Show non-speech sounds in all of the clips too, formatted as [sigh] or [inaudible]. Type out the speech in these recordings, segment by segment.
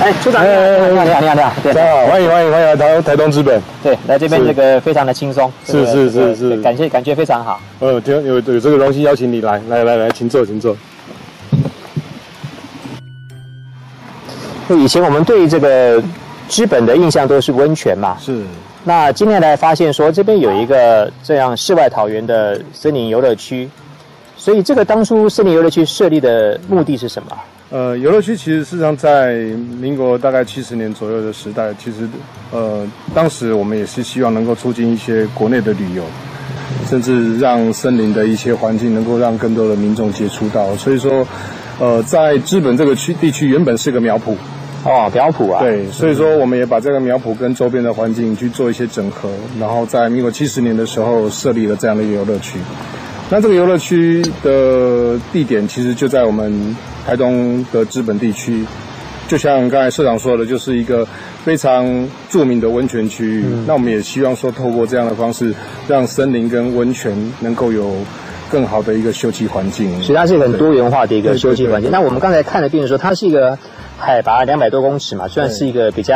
哎，处长，你好，你好，你好，你好，对 [laughs] 大家好，欢迎欢迎欢迎来台台东资本。对，来这边是这个非常的轻松，这个是是这个是是感谢感觉非常好。呃，听有有这个荣幸邀请你来，来来来，请坐请坐。以前我们对这个资本的印象都是温泉嘛，是那今天来发现说这边有一个这样世外桃源的森林游乐区，所以这个当初森林游乐区设立的目的是什么？呃，游乐区其实事实上在民国大概七十年左右的时代，其实呃，当时我们也是希望能够促进一些国内的旅游，甚至让森林的一些环境能够让更多的民众接触到。所以说，呃，在日本这个区地区原本是个苗圃，哦，苗圃啊，，对，所以说我们也把这个苗圃跟周边的环境去做一些整合，然后在民国七十年的时候设立了这样的一个游乐区。那这个游乐区的地点其实就在我们台东的资本地区，就像刚才社长说的，就是一个非常著名的温泉区域。嗯那我们也希望说，透过这样的方式，让森林跟温泉能够有更好的一个休憩环境。所以它是一个很多元化的一个对对休息环境。对那我们刚才看的，病人说它是一个海拔两百多公尺嘛，算是一个比较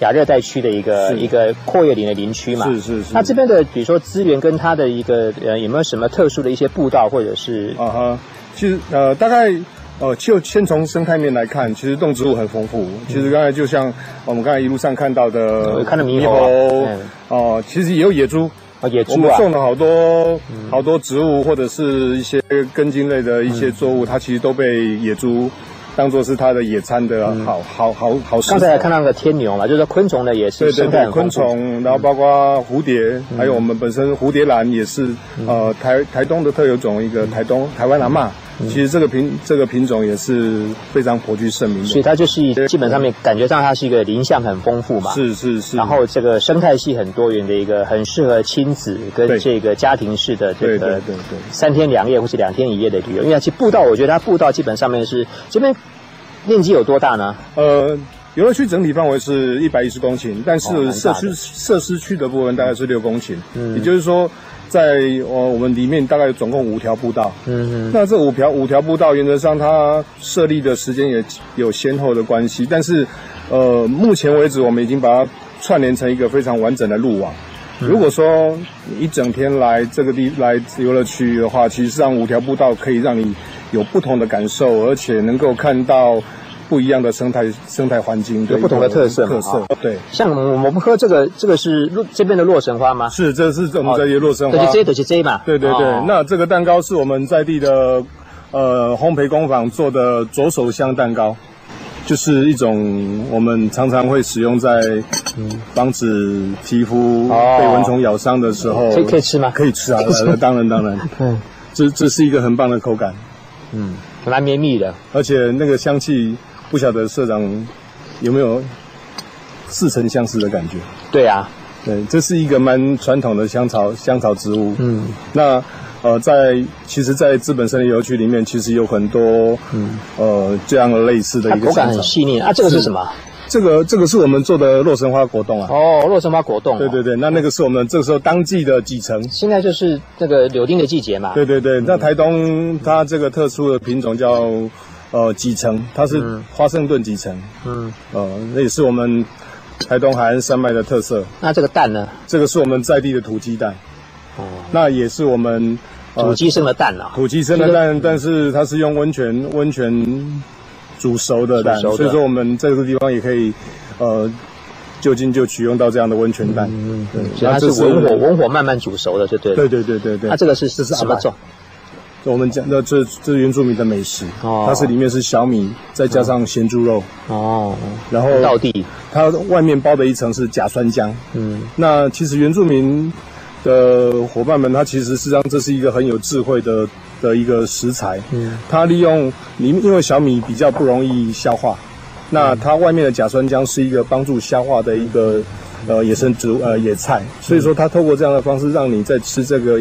亚热带区的一个是一个阔叶林的林区嘛。是是是那这边的比如说资源跟它的一个呃有没有什么特殊的一些步道或者是啊哈，其实呃，大概呃，就先从生态面来看，其实动植物很丰富。其实刚才就像我们刚才一路上看到的，嗯看到猕猕猴啊猴嗯哦、其实也有野猪。哦野我猪们啊？嗯种了好多好多植物或者是一些根茎类的一些作嗯物，它其实都被野猪当做是它的野餐的好好好好食嗯刚才材还。看到那个天牛嘛，就是说昆虫呢也是对对生态对，很丰昆富虫，嗯然后包括蝴蝶，还有我们本身蝴蝶兰也是嗯呃台台东的特有种，一个台东台湾蓝嘛。嗯其实这个品这个品种也是非常颇具盛名所以的，它就是基本上面感觉上它是一个林相很丰富嘛，，是是是。然后这个生态系很多元的一个，很适合亲子跟对这个家庭式的这对对个对对三天两夜或是两天一夜的旅游。因为其实步道，我觉得它步道基本上面是这边面积有多大呢？呃，游乐区整体范围是一百一十公顷，但哦蛮大是的设施设施区的部分大概是六公顷，嗯也就是说。在呃，我们里面大概总共五条步道，嗯那这五条五条步道，原则上它设立的时间也有先后的关系，但是，呃，目前为止我们已经把它串联成一个非常完整的路网。嗯如果说你一整天来这个地来游乐区的话，其实上五条步道可以让你有不同的感受，而且能够看到不一样的生态生态环境，有不同的特色嘛特色啊对，像我们我们喝这个这个是洛这边的洛神花吗？是这是我们这一路生对，活。就这就是这嘛。对对对，哦那这个蛋糕是我们在地的呃烘焙工坊做的左手香蛋糕，就是一种我们常常会使用在防止皮肤哦被蚊虫咬伤的时候，可以可以吃吗？可以吃啊， [laughs] 呃当然当然，嗯这这是一个很棒的口感，嗯，蛮绵密的。而且那个香气，不晓得社长有没有似曾相识的感觉？对啊，对，这是一个蛮传统的香草香草植物，嗯。那呃，在其实，在资本森林游区里面，其实有很多嗯呃这样的类似的它一个口感香很草。细腻啊，这个是是什么？这个这个是我们做的洛神花果冻啊。哦，洛神花果冻、对对。对，那那个是我们这个时候当季的几成。现在就是那个柳丁的季节嘛。对对对，那台东它这个特殊的品种叫呃几成，它是花生顿几成，嗯，呃，那也是我们台东海岸山脉的特色。那这个蛋呢？这个是我们在地的土鸡蛋，哦，那也是我们呃土鸡生的蛋啊。土鸡生的这个蛋，但是它是用温泉温泉煮熟的蛋，煮熟的所以说我们在这个地方也可以，呃，就近就取用到这样的温泉蛋。嗯，对所以它那是这是文火文火慢慢煮熟的，就对了。对对对对对，啊那这个是这是什么阿麦种？我们讲的这这是原住民的美食，哦它是里面是小米，再加上咸猪肉，哦，然道后地。它外面包的一层是假酸浆。嗯，那其实原住民的伙伴们，他其实事实上这是一个很有智慧的的一个食材。嗯，它利用里因为小米比较不容易消化，那它外面的假酸浆是一个帮助消化的一个呃野生植物呃野菜，所以说它透过这样的方式让你在吃这个。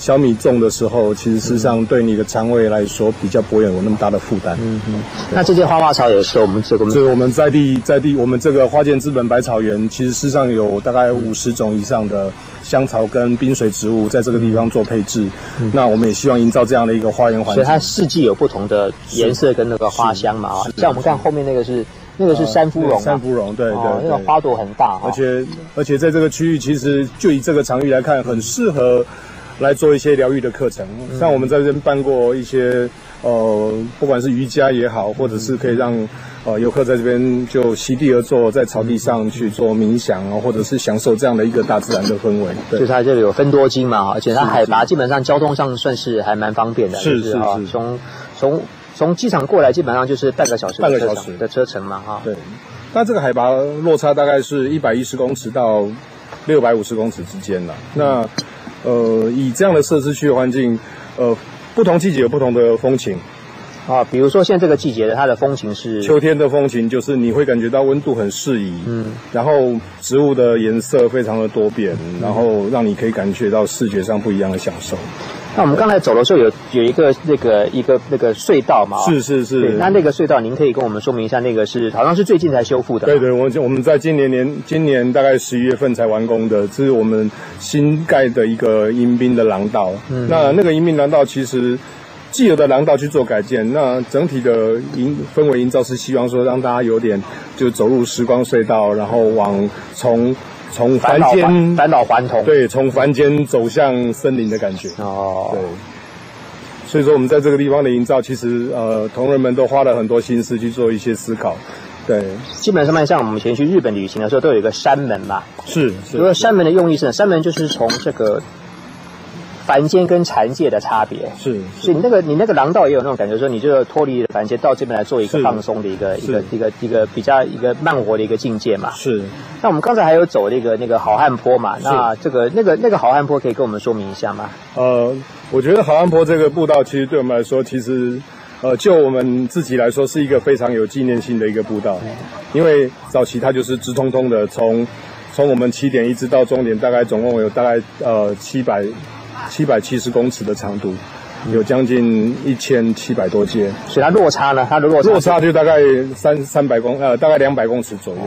小米种的时候，其实事实上对你的肠胃来说比较不会有那么大的负担。嗯嗯。那这些花花草有时候我们这个所以我们在地在地，我们这个花间资本百草园，其实事实上有大概五十种以上的香草跟冰水植物在这个地方做配置。那我们也希望营造这样的一个花园环嗯所以境。它四季有不同的颜色跟那个花香嘛啊，像我们看后面那个是那个是山芙蓉啊，山芙蓉，哦对对哦，那对。个花朵很大哦哈而，且而且在这个区域，其实就以这个场域来看，很适合来做一些疗愈的课程。嗯像我们在这边办过一些呃，不管是瑜伽也好，或者是可以让呃游客在这边就席地而坐，在草地上去做冥想啊，或者是享受这样的一个大自然的氛围。就是对。它这里有分多金嘛哈，而且它海拔基本上交通上算是还蛮方便的，是就是啊是是从从从机场过来基本上就是半个小时的半个车小程时的车程嘛哈，对，那这个海拔落差大概是一百一十公尺到六百五十公尺之间了。那呃，以这样的设置区的环境，呃，不同季节有不同的风情。啊，比如说现在这个季节它的风情是秋天的风情就是你会感觉到温度很适宜，嗯，然后植物的颜色非常的多变，然后让你可以感觉到视觉上不一样的享受。那我们刚才走的时候有有一个那个一个那个隧道嘛，是。是对，是，那那个隧道，您可以跟我们说明一下，那个是好像是最近才修复的嘛，对对，我们就我们在今年年今年大概十一月份才完工的，这是我们新盖的一个迎宾的廊道。嗯那那个迎宾廊道其实既有的廊道去做改建，那整体的营氛围营造是希望说让大家有点就走入时光隧道，然后往从从返凡老还间返老还童。对，从凡间走向森林的感觉。哦对，，所以说我们在这个地方的营造，其实呃，同仁们都花了很多心思去做一些思考。对，基本上面像我们以前去日本旅行的时候，都有一个山门嘛。是比如说是山门的用意是什么，山门就是从这个凡间跟禅界的差别。是所以你那个你那个廊道也有那种感觉，说你就脱离凡间到这边来做一个是放松的一个一个是一个一个比较一个慢活的一个境界嘛。是，那我们刚才还有走那个那个好汉坡嘛，那这个那个那个好汉坡可以跟我们说明一下吗？呃，我觉得好汉坡这个步道，其实对我们来说，其实。呃，就我们自己来说，是一个非常有纪念性的一个步道，因为早期它就是直通通的，从从我们起点一直到终点，大概总共有大概呃七百七百七十公尺的长度，有将近一千七百多阶。所以它落差呢，它的落差落差就大概三三百公呃，大概两百公尺左右，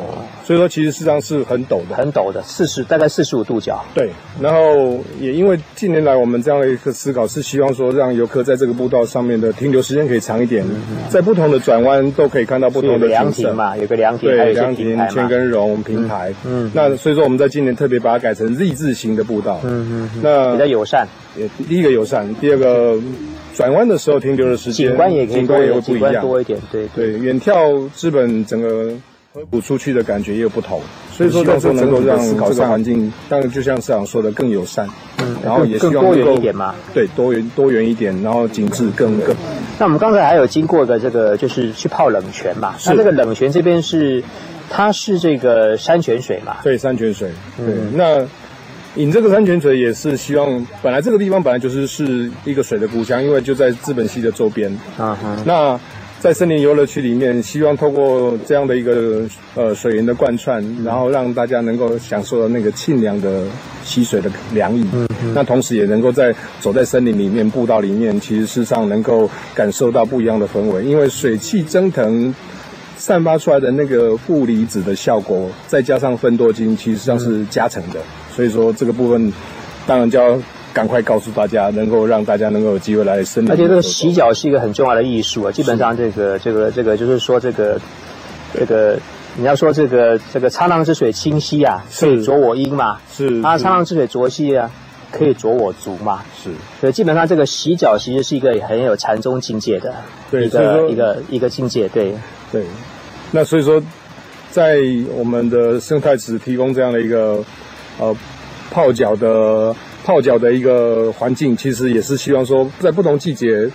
所以说其实事实上是很陡的。很陡的，四十大概四十五度角。对，然后也因为近年来我们这样的一个思考是希望说，让游客在这个步道上面的停留时间可以长一点，嗯在不同的转弯都可以看到不有同个的凉景亭色。嘛，有个凉亭，还有对，一些凉平亭台、千嘛。根榕、平台，嗯嗯那所以说我们在今年特别把它改成 Z 字形的步道，嗯嗯，那比较友善，也第一个友善，第二个转弯的时候停留的时间，景观也可以景多观一也点，会不景一观样，多一点，对对。对，远眺资本整个河谷出去的感觉也有不同，所以说希望这说能能够够让让这这个个环环境，当然就像市长说的更友善，嗯，然后更也更希望多能元够一点嘛。对多元多元一点，然后景致更更那我们刚才还有经过的这个，就是去泡冷泉嘛。那这个冷泉这边是，它是这个山泉水嘛。对山泉水，对、那。引这个山泉水也是希望，本来这个地方本来就是是一个水的故乡，因为就在资本溪的周边，啊哈。那在森林游乐区里面，希望透过这样的一个呃水源的贯穿，然后让大家能够享受到那个沁凉的溪水的凉意。嗯那同时也能够在走在森林里面、步道里面，其实事实上能够感受到不一样的氛围，因为水汽蒸腾。散发出来的那个负离子的效果，再加上芬多精，其实上是加成的。嗯所以说这个部分，当然就要赶快告诉大家，能够让大家能够有机会来森林而里且面这走走。个洗脚是一个很重要的艺术啊，基本上这个这个这个就是说这个这个你要说这个这个沧浪之水清兮啊，是可以濯我缨嘛。是啊，是沧浪之水浊兮啊，可以濯我足嘛。是。所以基本上这个洗脚其实是一个很有禅宗境界的对一所以个说一个一个境界，对。对，那所以说，在我们的生态池提供这样的一个呃泡脚的泡脚的一个环境，其实也是希望说，在不同季节，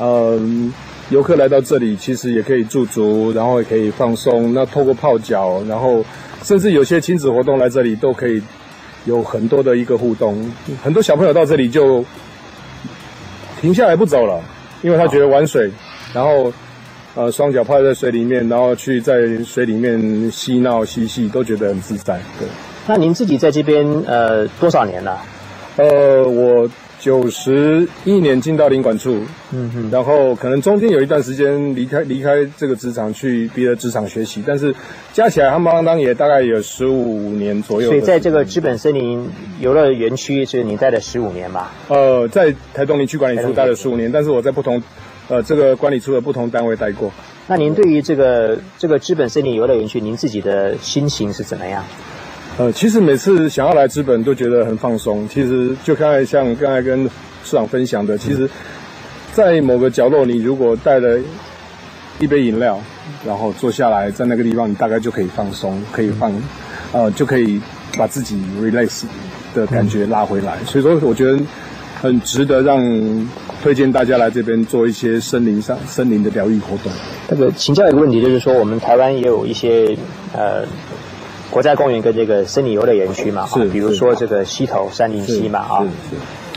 嗯、游客来到这里，其实也可以驻足，然后也可以放松。那透过泡脚，然后甚至有些亲子活动来这里都可以有很多的一个互动。很多小朋友到这里就停下来不走了，因为他觉得玩水，然后呃双脚泡在水里面，然后去在水里面嬉闹嬉戏，都觉得很自在。对，那您自己在这边呃多少年了？呃，我九十一年进到领管处，嗯哼，然后可能中间有一段时间离开离开这个职场去别的职场学习，但是加起来他们当当也大概有十五年左右的所时以间。在这个资本森林游乐园区是你待了十五年吧？呃，在台东林区管理处待了十五年，但是我在不同呃这个管理处的不同单位待过。那您对于这个这个资本森林游乐园区，您自己的心情是怎么样？呃，其实每次想要来资本都觉得很放松。其实就刚才像刚才跟市长分享的，其实，在某个角落，你如果带了一杯饮料，然后坐下来，在那个地方，你大概就可以放松，可以放，呃，就可以把自己 relax 的感觉拉回来。所以说，我觉得很值得让推荐大家来这边做一些森林上森林的疗愈活动。那个请教一个问题，就是说我们台湾也有一些呃国家公园跟这个森林游乐园区嘛，是啊比如是说这个溪头三林溪嘛啊，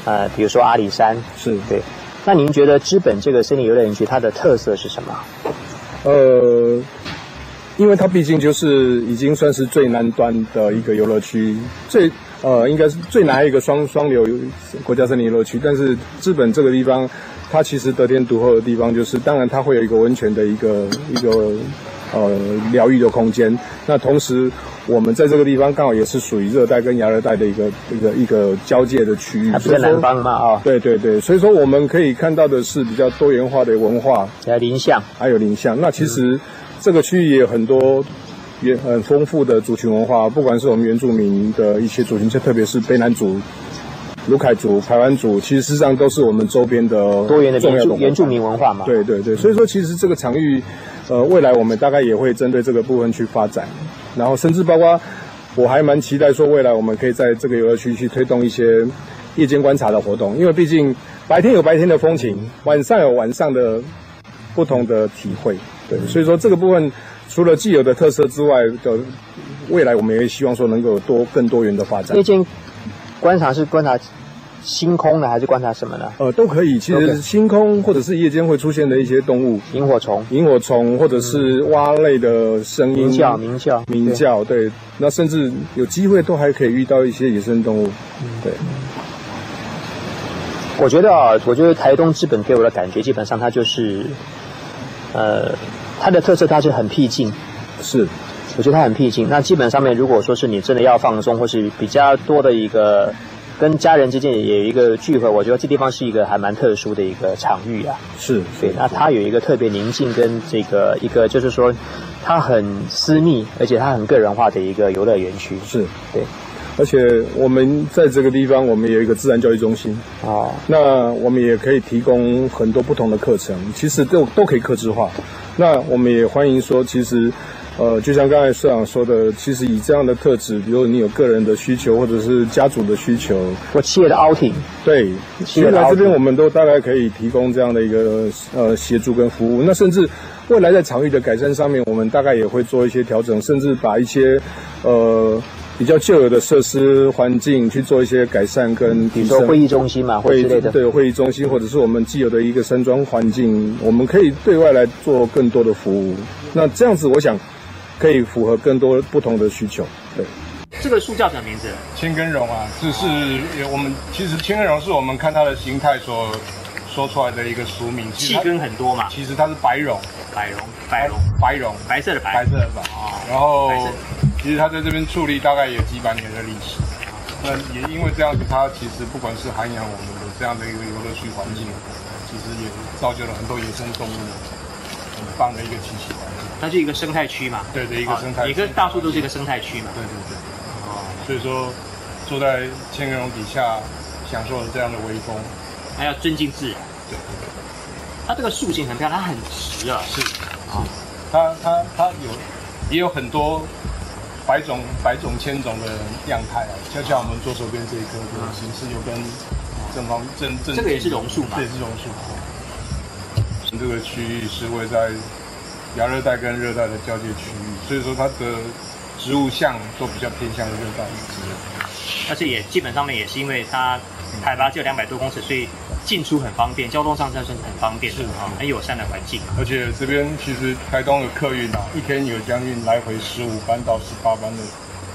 呃，比如说阿里山，是是是。对。那您觉得资本这个森林游乐园区它的特色是什么？呃，因为它毕竟就是已经算是最南端的一个游乐区，最呃应该是最南一个双双流国家森林游乐区。但是日本这个地方，它其实得天独厚的地方就是，当然它会有一个温泉的一个一个呃疗愈的空间。那同时，我们在这个地方刚好也是属于热带跟亚热带的一个一个一个交界的区域，它不所在以说南方嘛啊，对对对，所以说我们可以看到的是比较多元化的文化，在林相，还有林相。那其嗯实这个区域也有很多也很丰富的族群文化，不管是我们原住民的一些族群，就特别是卑南族、卢凯族、排湾族，其实事实上都是我们周边的多元的重原要住文化原住民文化嘛，对对对，所以说其实这个场域，呃，未来我们大概也会针对这个部分去发展，然后甚至包括我还蛮期待说未来我们可以在这个游乐区去推动一些夜间观察的活动，因为毕竟白天有白天的风情，晚上有晚上的不同的体会。对，所以说这个部分除了既有的特色之外的，未来我们也希望说能够有多更多元的发展夜。间观察是观察星空呢，还是观察什么呢？呃，都可以。其都可实以星空或者是夜间会出现的一些动物，萤火虫、萤火虫或者是蛙类的声音、鸣叫、鸣叫、鸣对。叫，对，那甚至有机会都还可以遇到一些野生动物，嗯对，我觉得啊，我觉得台东资本给我的感觉，基本上它就是，呃，它的特色它是很僻静，是我觉得它很僻静。那基本上面，如果说是你真的要放松，或是比较多的一个跟家人之间也有一个聚会，我觉得这地方是一个还蛮特殊的一个场域啊。是，对，那它有一个特别宁静跟这个一个就是说，它很私密，而且它很个人化的一个游乐园区。是，对，而且我们在这个地方，我们有一个自然教育中心，哦，那我们也可以提供很多不同的课程，其实都都可以克制化。那我们也欢迎说，其实，呃，就像刚才社长说的，其实以这样的特质，比如你有个人的需求，或者是家族的需求，我企业的 outing，对，其实来这边我们都大概可以提供这样的一个呃协助跟服务。那甚至未来在场域的改善上面，我们大概也会做一些调整，甚至把一些呃比较旧有的设施环境去做一些改善跟比提如说升。会议中心嘛，或会之议类的。啊对会议中心，或者是我们既有的一个山庄环境，我们可以对外来做更多的服务。那这样子，我想可以符合更多不同的需求。对。这个树叫什么名字？千根榕啊，这是我们其实千根榕是我们看它的形态所说出来的一个俗名。其实它很多嘛，其实它是白榕，百荣、白榕，白色的白白色的白。啊白然色后其实它在这边矗立大概有几百年的历史。那也因为这样子，它其实不管是涵养我们的这样的一个游乐区环境，其实也造就了很多野生动物很棒的一个栖息环境。它是一个生态区嘛。对的一个生态啊哦每系。个大树都是一个生态区嘛。对对对，所以说坐在千根榕底下，享受了这样的微风。还要尊敬自然。对，它这个树形很漂亮，它很直啊。是啊，它它它有也有很多百种百种千种的样态啊，就像我们左手边这一棵这个形式又跟正方正正这个也是榕树嘛这也是榕树。啊这个区域是位在亚热带跟热带的交界区域，所以说它的植物像都比较偏向于热带植物。而且也基本上面也是因为它海拔只有两百多公尺，所以进出很方便，交通上算是很方便的是嗯啊，很友善的环境。而且这边其实台东的客运啊，一天有将近来回十五班呃到十八班的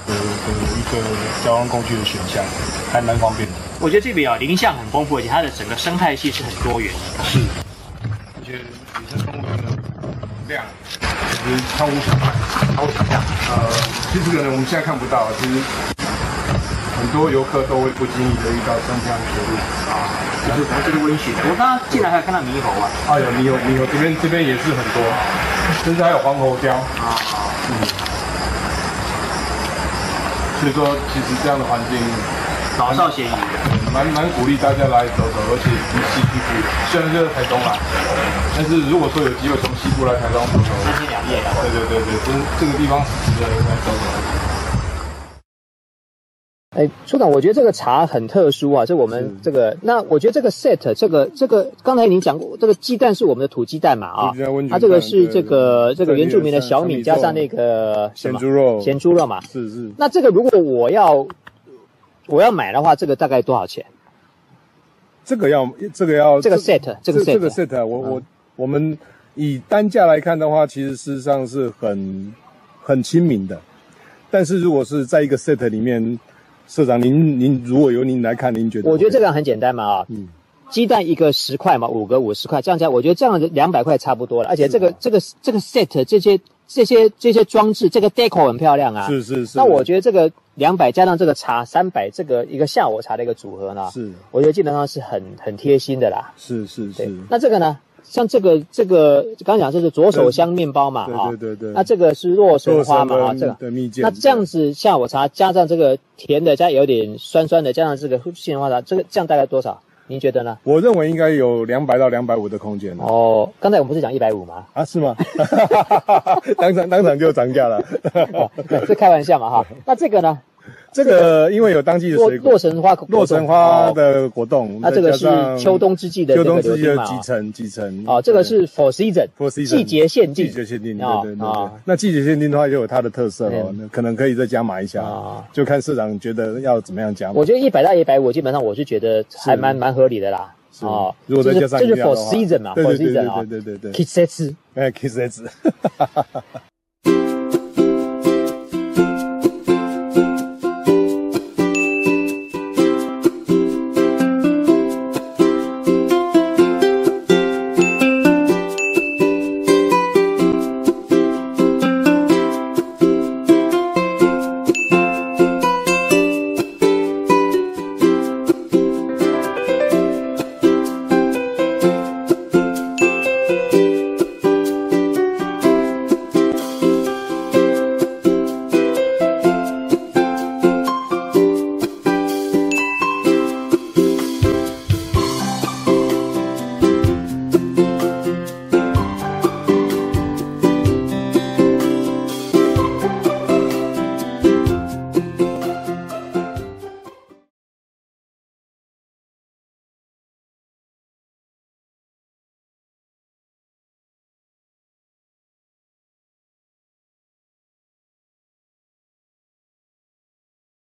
的的一个交通工具的选项，还蛮方便的。我觉得这个啊林相很丰富，而且它的整个生态系是很多元的。而且野生动物的量已经超乎想象，超乎想象。呃，其实可能我们现在看不到，其实很多游客都会不经意的遇到像这样的植物啊，就是它这个温泉。我刚刚进来还有看到猕猴啊，啊，有猕猴，猕猴这边这边也是很多，甚至还有黄喉貂啊，嗯。所以说，其实这样的环境老少咸宜。蛮蛮鼓励大家来走走，而且离西部去，虽然这是台东啦，但是如果说有机会从西部来台东走走，三天两夜啊，对对对对，真这个地方是值得来走走。哎，处长，我觉得这个茶很特殊啊，这我们这个，那我觉得这个 set 这个这个，刚才您讲过，这个鸡蛋是我们的土鸡蛋嘛啊土鸡蛋温泉，它这个蛋是对这个对这个原住民的小三米米加粽上那个什咸么猪肉，咸猪肉嘛，是是，那这个如果我要我要买的话，这个大概多少钱？这个要这个要这个 set 嗯这个这个 set set，啊我我我们以单价来看的话，其实事实上是很很亲民的。但是如果是在一个 set 里面，社长您您如果由您来看，您觉得我觉得这个个很简单嘛啊，嗯鸡蛋一个十块嘛，五个五十块，这样加，我觉得这样两百块差不多了。而且这个这个这个 set 这些这些这些装置，这个 deco 很漂亮啊。是是是，那我觉得这个两百加上这个茶三百，这个一个下午茶的一个组合呢，是我觉得基本上是很很贴心的啦。是是对是，那这个呢？像这个这个刚讲这是左手香面包嘛，对啊，对对对那这个是洛神花嘛，啊，洛神这跟个的蜜饯那这样子下午茶加上这个甜的，加有点酸酸的，加上这个杏仁花茶，这个这样大概多少？您觉得呢？我认为应该有两百到两百五的空间哦，刚才我们不是讲一百五 [laughs] 吗？啊，是吗？当场当场就涨价了。这开玩笑嘛哈。那这个呢？这个因为有当季的洛 [laughs] 水果洛，神花果冻，洛神花哦，的果冻，那这个是再加上秋冬之际的秋这个冬流之际的金嘛？集成集成。哦，这个是 for season，, For season，季节限定，季节限定，对哦对对对哦。那季节限定的话就有它的特色哦嗯，那可能可以再加码一下哦，就看市场觉得要怎么样加码我。觉得一百到一百五，基本上我是觉得还蛮蛮合理的啦。哦，如果再加上这是饮料 for 的话 season 哦嘛对，for 对对 season 啊对对对对对，kids 哎，kiss 子，